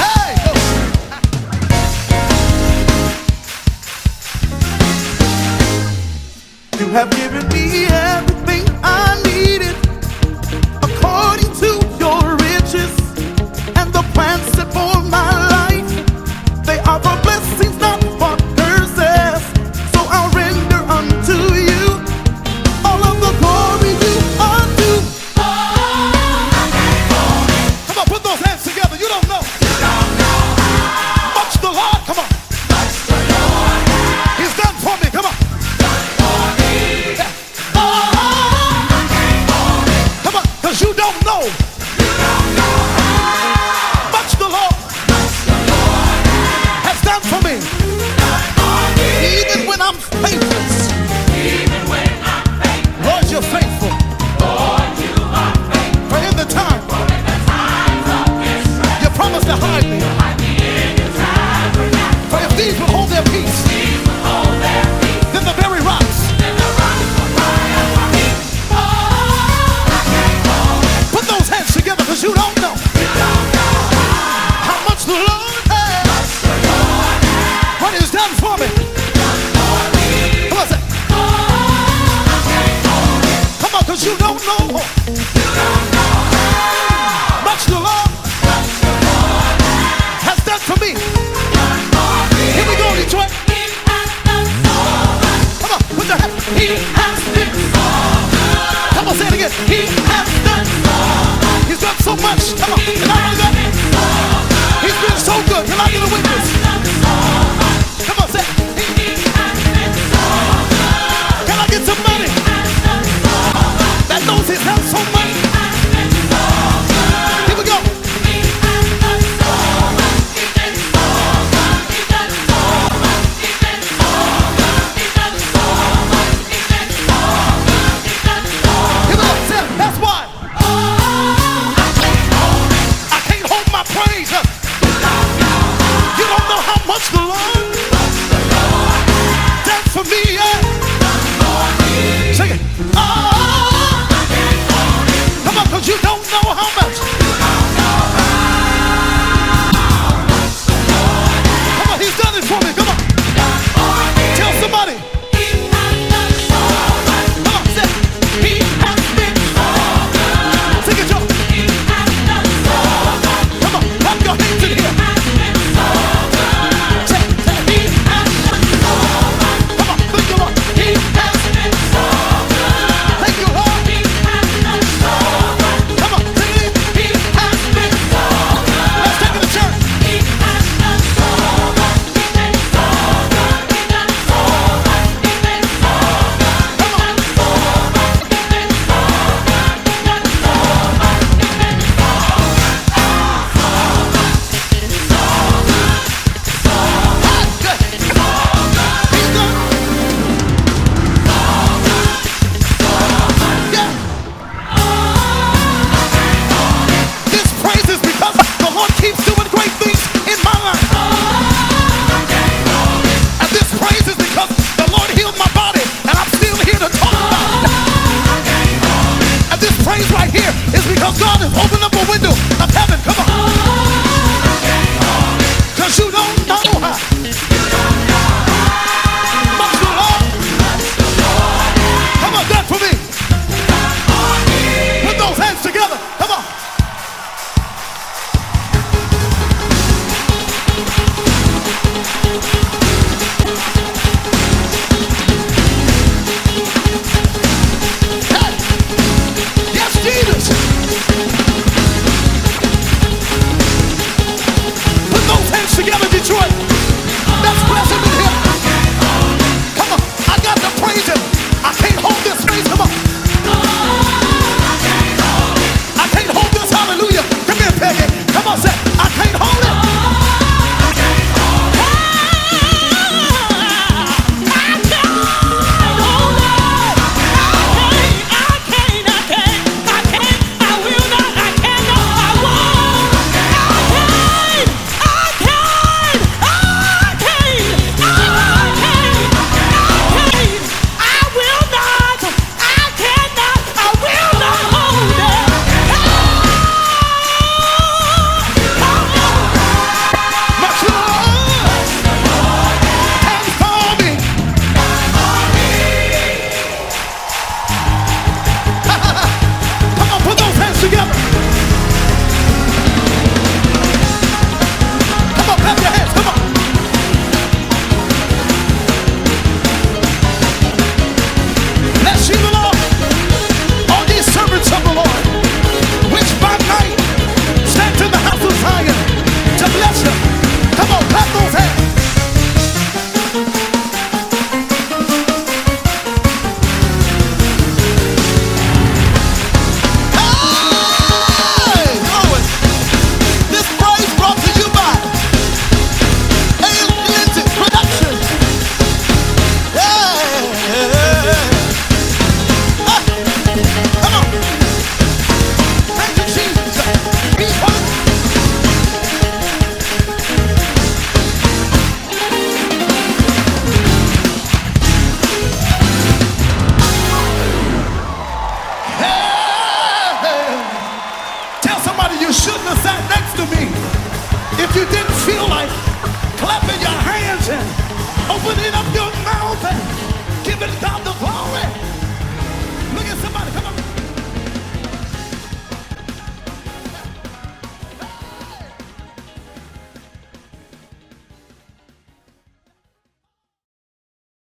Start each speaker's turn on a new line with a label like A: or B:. A: Hey, go. You have given me everything I needed according to your riches and the plans set for my life. They are for blessings, not for curses. So I'll render unto you all of the glory you are due. Come on, put those hands together. You don't know. You don't know. Much the Lord. Come on. Much the Lord. He's done for me. Come on. Come on, cause you don't know. Much the Lord has done for me. Even when I'm faithless. Lord, you're faithful. For in the time, you promised to hide me. For if these would hold their peace, then the very rocks Put those hands together because you don't know how much the Lord has, what He's done for me. Come on, say, come on, because you don't know much the Lord has done for me. Here we go, Detroit. Come on, put your hand. He has been so good. Come on, say it again. He has done so good. He's done so much. Come on, can I know that? He's been so good. Can I get a witness?